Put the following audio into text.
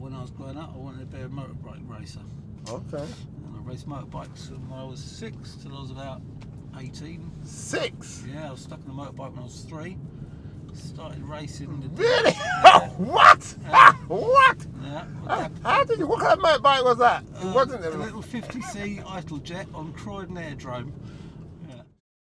was growing up, I wanted to be a motorbike racer. Okay. And I raced motorbikes from when I was six till I was about 18. Six. Yeah, I was stuck in a motorbike when I was three. Started racing. the- Really? what? what? Yeah. Uh, what How, happened- how did you? What kind of motorbike was that? Oh, It uh, wasn't a a little 50c idle jet on Croydon Aerodrome.